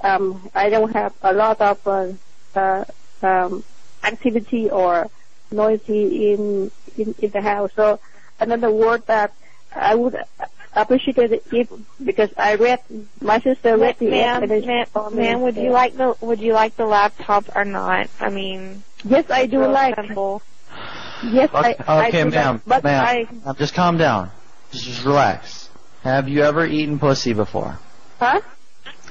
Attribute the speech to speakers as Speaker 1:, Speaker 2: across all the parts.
Speaker 1: um, I don't have a lot of uh, uh, um, activity or noisy in, in in the house. So another word that I would appreciate it if because I read my sister read the
Speaker 2: ma'am,
Speaker 1: explanation
Speaker 2: ma'am,
Speaker 1: for me.
Speaker 2: ma'am, would you like the would you like the laptop or not? I mean,
Speaker 1: Yes, I do
Speaker 2: real
Speaker 1: like.
Speaker 2: simple.
Speaker 1: Yes, I,
Speaker 3: okay,
Speaker 1: I
Speaker 3: okay,
Speaker 1: do
Speaker 3: ma'am,
Speaker 1: Like, but
Speaker 3: ma'am,
Speaker 1: I
Speaker 3: ma'am, just calm down. Just, just relax. Have you ever eaten pussy before?
Speaker 1: huh?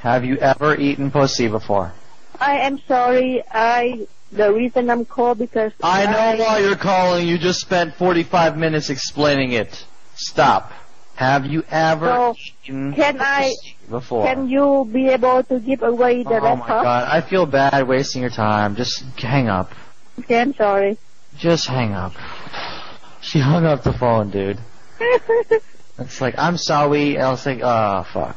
Speaker 3: Have you ever eaten pussy before?
Speaker 1: I am sorry. I the reason I'm called because
Speaker 3: I know why you're calling. You just spent 45 minutes explaining it. Stop. Have you ever
Speaker 1: So,
Speaker 3: eaten
Speaker 1: can I-
Speaker 3: pussy before?
Speaker 1: Can you be able to give away the
Speaker 3: oh my
Speaker 1: laptop?
Speaker 3: god, I feel bad wasting your time. Just hang up.
Speaker 1: Okay, I'm sorry.
Speaker 3: Just hang up. She hung up the phone, dude. It's like, I'm sorry. I was like, oh, fuck.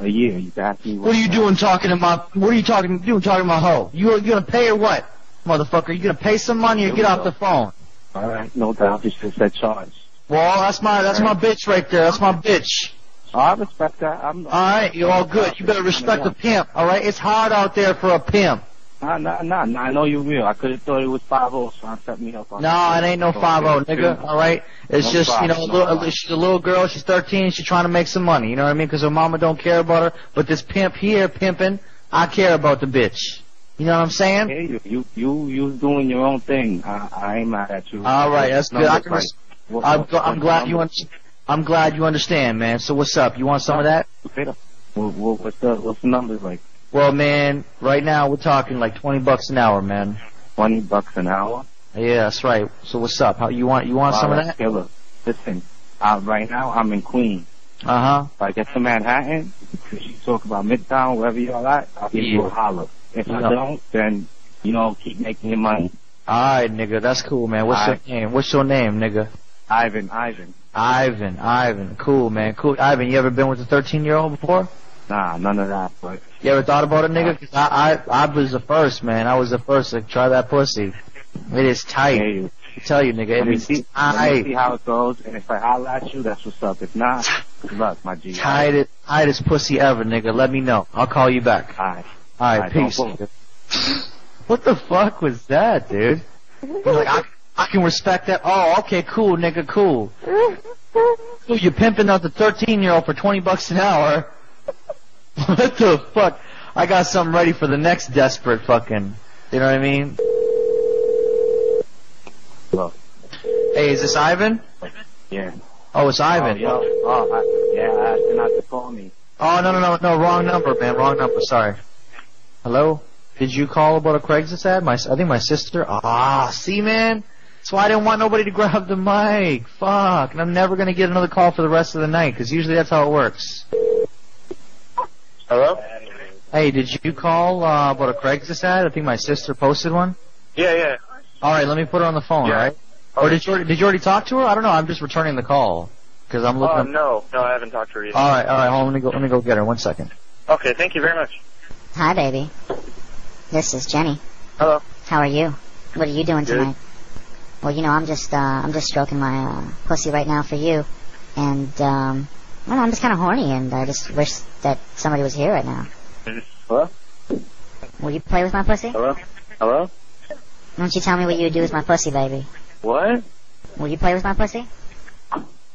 Speaker 4: A year, you asked me.
Speaker 3: What are you doing talking to my, what are you talking, doing talking to my hoe? You, you gonna pay or what? Motherfucker, you gonna pay some money or get off the phone?
Speaker 4: All right, no doubt. It's just that charge.
Speaker 3: Well, that's my, that's my bitch right there. That's my bitch.
Speaker 4: I respect that. I'm.
Speaker 3: Alright, you're all good. You better respect the pimp, alright? It's hard out there for a pimp.
Speaker 4: Nah, nah, nah, nah, I know you will. I could have thought it was five zero, so I set me up. on
Speaker 3: No, it ain't no 5 nigga, alright? It's
Speaker 4: No
Speaker 3: just, you know, a
Speaker 4: problem, no
Speaker 3: little, a,
Speaker 4: problem.
Speaker 3: li- she's a little girl, she's 13, she's trying to make some money, you know what I mean? 'Cause her mama don't care about her, but this pimp here, pimping, I care about the bitch. You know what I'm saying?
Speaker 4: Hey, you, you, you, you doing your own thing. I, I ain't mad at you.
Speaker 3: All right, that's good. I can res-
Speaker 4: What-
Speaker 3: I'm,
Speaker 4: what-
Speaker 3: gl- I'm
Speaker 4: what
Speaker 3: glad you
Speaker 4: number?
Speaker 3: understand. I'm glad you understand, man. So what's up? You want some of that?
Speaker 4: What, what, what's the what's the number like?
Speaker 3: Well, man, right now we're talking like 20 bucks an hour, man.
Speaker 4: Twenty bucks an hour.
Speaker 3: Yeah, that's right. So what's up? How you want? You want some
Speaker 4: All
Speaker 3: of
Speaker 4: right,
Speaker 3: that?
Speaker 4: Killer. Listen, uh, right now I'm in Queens.
Speaker 3: Uh huh.
Speaker 4: If I get to Manhattan, if you talk about Midtown, wherever y'all at, I'll give you a holler. If I
Speaker 3: Yeah.
Speaker 4: don't, then you know, keep making your money.
Speaker 3: All right, nigga. That's cool, man. What's
Speaker 4: Alright.
Speaker 3: your name? What's your name, nigga?
Speaker 4: Ivan, Ivan.
Speaker 3: Ivan. Ivan. Cool, man. Cool. Ivan, you ever been with a 13 year old before?
Speaker 4: Nah, none of that. But
Speaker 3: You ever thought about it,
Speaker 4: Uh,
Speaker 3: nigga? 'Cause I, I, I was the first, man. I was the first to try that pussy. It is tight.
Speaker 4: hey,
Speaker 3: I tell you, nigga.
Speaker 4: let
Speaker 3: It
Speaker 4: me
Speaker 3: is
Speaker 4: see, let me
Speaker 3: tight.
Speaker 4: see how it goes. And if I holler at you, that's what's up. If not, good luck, my G.
Speaker 3: Tightest, tightest pussy ever, nigga. Let me know. I'll call you back.
Speaker 4: Alright.
Speaker 3: All
Speaker 4: I
Speaker 3: right,
Speaker 4: don't
Speaker 3: peace.
Speaker 4: vote.
Speaker 3: what the fuck was that, dude? He's like, I, I can respect that. Oh, okay, cool, nigga, cool. Cool, you're pimping out the 13 year old for 20 bucks an hour. what the fuck? I got something ready for the next desperate fucking. You know what I mean?
Speaker 4: Hello.
Speaker 3: Hey, is this Ivan?
Speaker 4: Yeah.
Speaker 3: Oh, it's Ivan.
Speaker 4: Oh, yo, oh, I, yeah, I asked you not to call me.
Speaker 3: Oh no no no no wrong number man wrong number sorry. Hello, did you call about a Craigslist ad? My I think my sister. Ah see man, that's why I didn't want nobody to grab the mic. Fuck, and I'm never gonna get another call for the rest of the night because usually that's how it works.
Speaker 5: Hello?
Speaker 3: Hey, did you call uh, about a Craigslist ad? I think my sister posted one.
Speaker 5: Yeah, yeah.
Speaker 3: All right, let me put her on the phone.
Speaker 5: Yeah.
Speaker 3: All right. Or did you already- did you already talk to her? I don't know. I'm just returning the call because I'm looking.
Speaker 5: Oh,
Speaker 3: up-
Speaker 5: no. No, I haven't talked to her
Speaker 6: Uh,
Speaker 5: yet.
Speaker 3: All right, all right. Hold on, let me go. Let me go get her. One second.
Speaker 5: Okay, thank you very much.
Speaker 7: Hi, baby. This is Jenny.
Speaker 5: Hello.
Speaker 7: How are you? What are you doing
Speaker 5: Good.
Speaker 7: tonight? Well, you know, I'm just uh, I'm just stroking my uh, pussy right now for you, and um, I don't know, I'm just kind of horny, and I just wish that somebody was here right now.
Speaker 4: Hello?
Speaker 7: Will you play with my pussy?
Speaker 5: Oh.
Speaker 4: Hello? Hello?
Speaker 7: Why don't you tell me what you would do with my pussy, baby?
Speaker 4: What?
Speaker 7: Will you play with my pussy?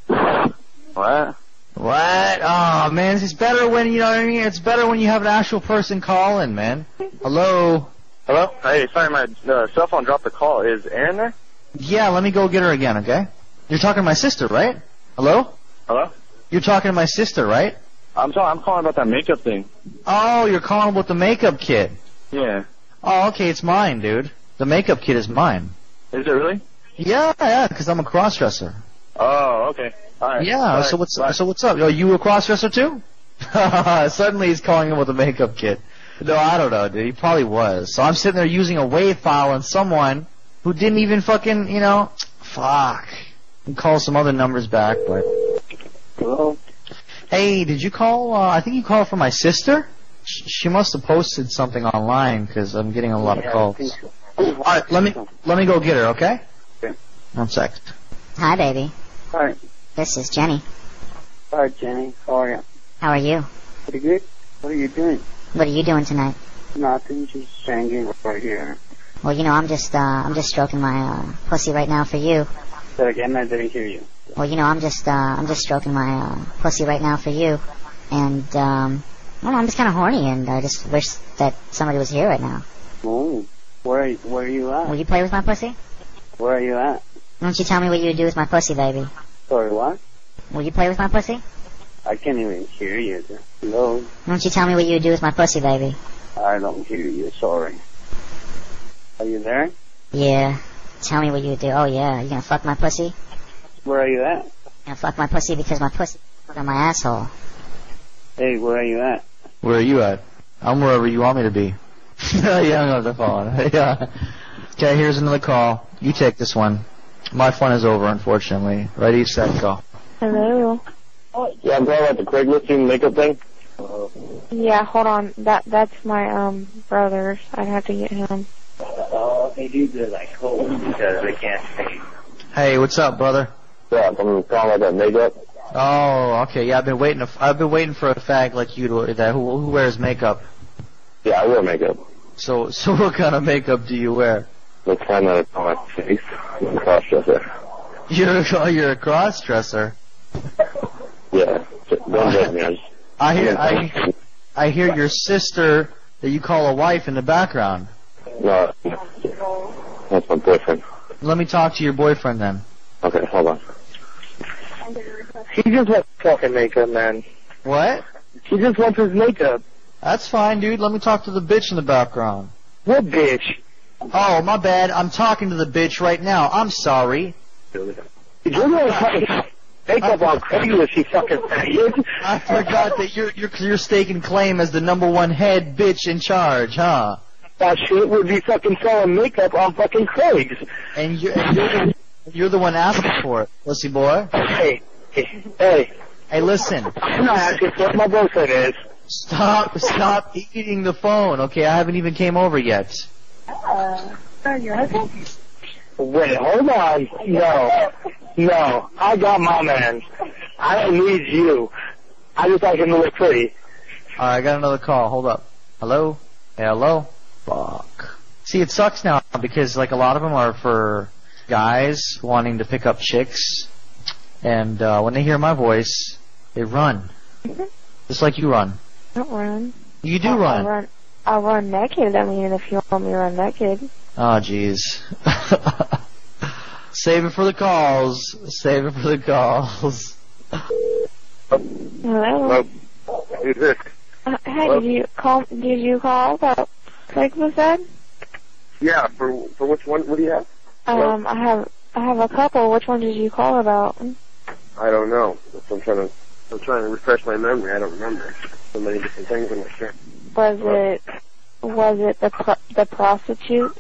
Speaker 4: What?
Speaker 3: What? Oh man, this is better when you know what I mean. It's better when you have an actual person calling, man. Hello.
Speaker 5: Hello? Hey, sorry, my uh, cell phone dropped the call. Is Aaron there?
Speaker 3: Yeah, let me go get her again, okay? You're talking to my sister, right? Hello.
Speaker 4: Hello?
Speaker 3: You're talking to my sister, right?
Speaker 4: I'm sorry, I'm calling about that makeup thing.
Speaker 3: Oh, you're calling about the makeup kit.
Speaker 4: Yeah.
Speaker 3: Oh, okay, it's mine, dude. The makeup kit is mine.
Speaker 4: Is it really?
Speaker 3: Yeah, yeah, because I'm a crossdresser.
Speaker 5: Oh, okay. All right.
Speaker 3: Yeah.
Speaker 5: All right.
Speaker 3: So what's
Speaker 5: Bye.
Speaker 3: so what's up? Are you a crossdresser too? Suddenly he's calling him with a makeup kit. No, I don't know, dude. He probably was. So I'm sitting there using a wave file on someone who didn't even fucking, you know, fuck. And call some other numbers back, but
Speaker 4: Hello?
Speaker 3: hey, did you call? Uh, I think you called for my sister. Sh- She must have posted something online because I'm getting a lot of calls. All right, let me let me go get her, okay?
Speaker 6: Okay.
Speaker 3: One sec.
Speaker 7: Hi, baby.
Speaker 6: Hi.
Speaker 7: This is Jenny.
Speaker 6: Hi, Jenny. How are you?
Speaker 7: How are you?
Speaker 6: Pretty good? What are you doing?
Speaker 7: What are you doing tonight?
Speaker 6: Nothing, just hanging right here.
Speaker 7: Well, you know, I'm just, uh, I'm just stroking my, uh, pussy right now for you.
Speaker 6: But again, I didn't hear you.
Speaker 7: Well, you know, I'm just, uh, I'm just stroking my, uh, pussy right now for you. And, um, I don't know, I'm just kind of horny and I just wish that somebody was here right now.
Speaker 6: Oh, where where are you
Speaker 7: Will
Speaker 6: at?
Speaker 7: you play with my pussy?
Speaker 6: Where are you at?
Speaker 7: Why don't you tell me what you would do with my pussy, baby?
Speaker 6: Sorry, what?
Speaker 7: Will you play with my pussy?
Speaker 6: I can't even hear you. Hello,
Speaker 7: Why don't you tell me what you would do with my pussy, baby?
Speaker 6: I don't hear you. Sorry. Are you there?
Speaker 7: Yeah. Tell me what you would do. Oh yeah, you gonna fuck my pussy? You
Speaker 6: Where are you at?
Speaker 7: gonna fuck my pussy because my pussy on my asshole.
Speaker 6: Hey, where are you at?
Speaker 3: Where are you at? I'm wherever you want me to be. yeah, I'm on the phone. yeah. Okay, here's another call. You take this one. My fun is over, unfortunately. Ready, set, go.
Speaker 2: Hello.
Speaker 5: Oh, Yeah, I'm talking about the Craigslist and makeup thing.
Speaker 2: Yeah, hold on. That that's my um brother's. I'd have to get him.
Speaker 6: Oh, they do the like whole because they can't see.
Speaker 3: Hey, what's up, brother?
Speaker 5: Yeah, I'm talking about that makeup.
Speaker 3: Oh, okay. Yeah, I've been waiting. To, I've been waiting for a fag like you to that who, who wears makeup.
Speaker 5: Yeah, I wear makeup.
Speaker 3: So, so what kind of makeup do you wear?
Speaker 5: Looks kind of on my face. I'm a cross-dresser.
Speaker 3: You're a, oh, you're a cross dresser.
Speaker 5: Yeah, j- don't judge me. I just-
Speaker 3: I hear I, I hear your sister that you call a wife in the background.
Speaker 5: No, that's my boyfriend.
Speaker 3: Let me talk to your boyfriend then.
Speaker 5: Okay, hold on.
Speaker 6: He just wants fucking makeup, man.
Speaker 3: What?
Speaker 6: He just wants his makeup.
Speaker 3: That's fine, dude. Let me talk to the bitch in the background.
Speaker 6: What bitch?
Speaker 3: Oh, my bad. I'm talking to the bitch right now. I'm sorry.
Speaker 6: You're gonna fucking makeup on Craigslist, you fucking idiot.
Speaker 3: I forgot that you're you're you're staking claim as the number one head bitch in charge, huh?
Speaker 6: That shit would be fucking selling makeup on fucking Craig's.
Speaker 3: And you're and you're, the, you're the one asking for it, pussy boy.
Speaker 6: Hey, hey, hey,
Speaker 3: Hey, listen.
Speaker 6: I'm not asking for what my boyfriend is.
Speaker 3: Stop, stop eating the phone. Okay, I haven't even came over yet.
Speaker 6: Wait, hold on. No, no, I got my man. I don't need you. I just like him to look pretty.
Speaker 3: All right, I got another call. Hold up. Hello? Hello? Fuck. See, it sucks now because like a lot of them are for guys wanting to pick up chicks, and uh, when they hear my voice, they run. Just like you run.
Speaker 2: Don't run.
Speaker 3: You do
Speaker 2: I'll, I'll
Speaker 3: run.
Speaker 2: run. I'll run naked. I mean, if you want me to run naked.
Speaker 3: Oh, jeez. Save it for the calls. Save it for the calls.
Speaker 2: Hello.
Speaker 5: Who's this?
Speaker 2: Uh, hey, did you call? Did you call about Craigslist? Ed?
Speaker 5: Yeah, for for which one? What do you have?
Speaker 2: Um, I have I have a couple. Which one did you call about?
Speaker 5: I don't know. I'm trying to I'm trying to refresh my memory. I don't remember. So many different things in my shirt.
Speaker 2: Was it was it the pro- the prostitute?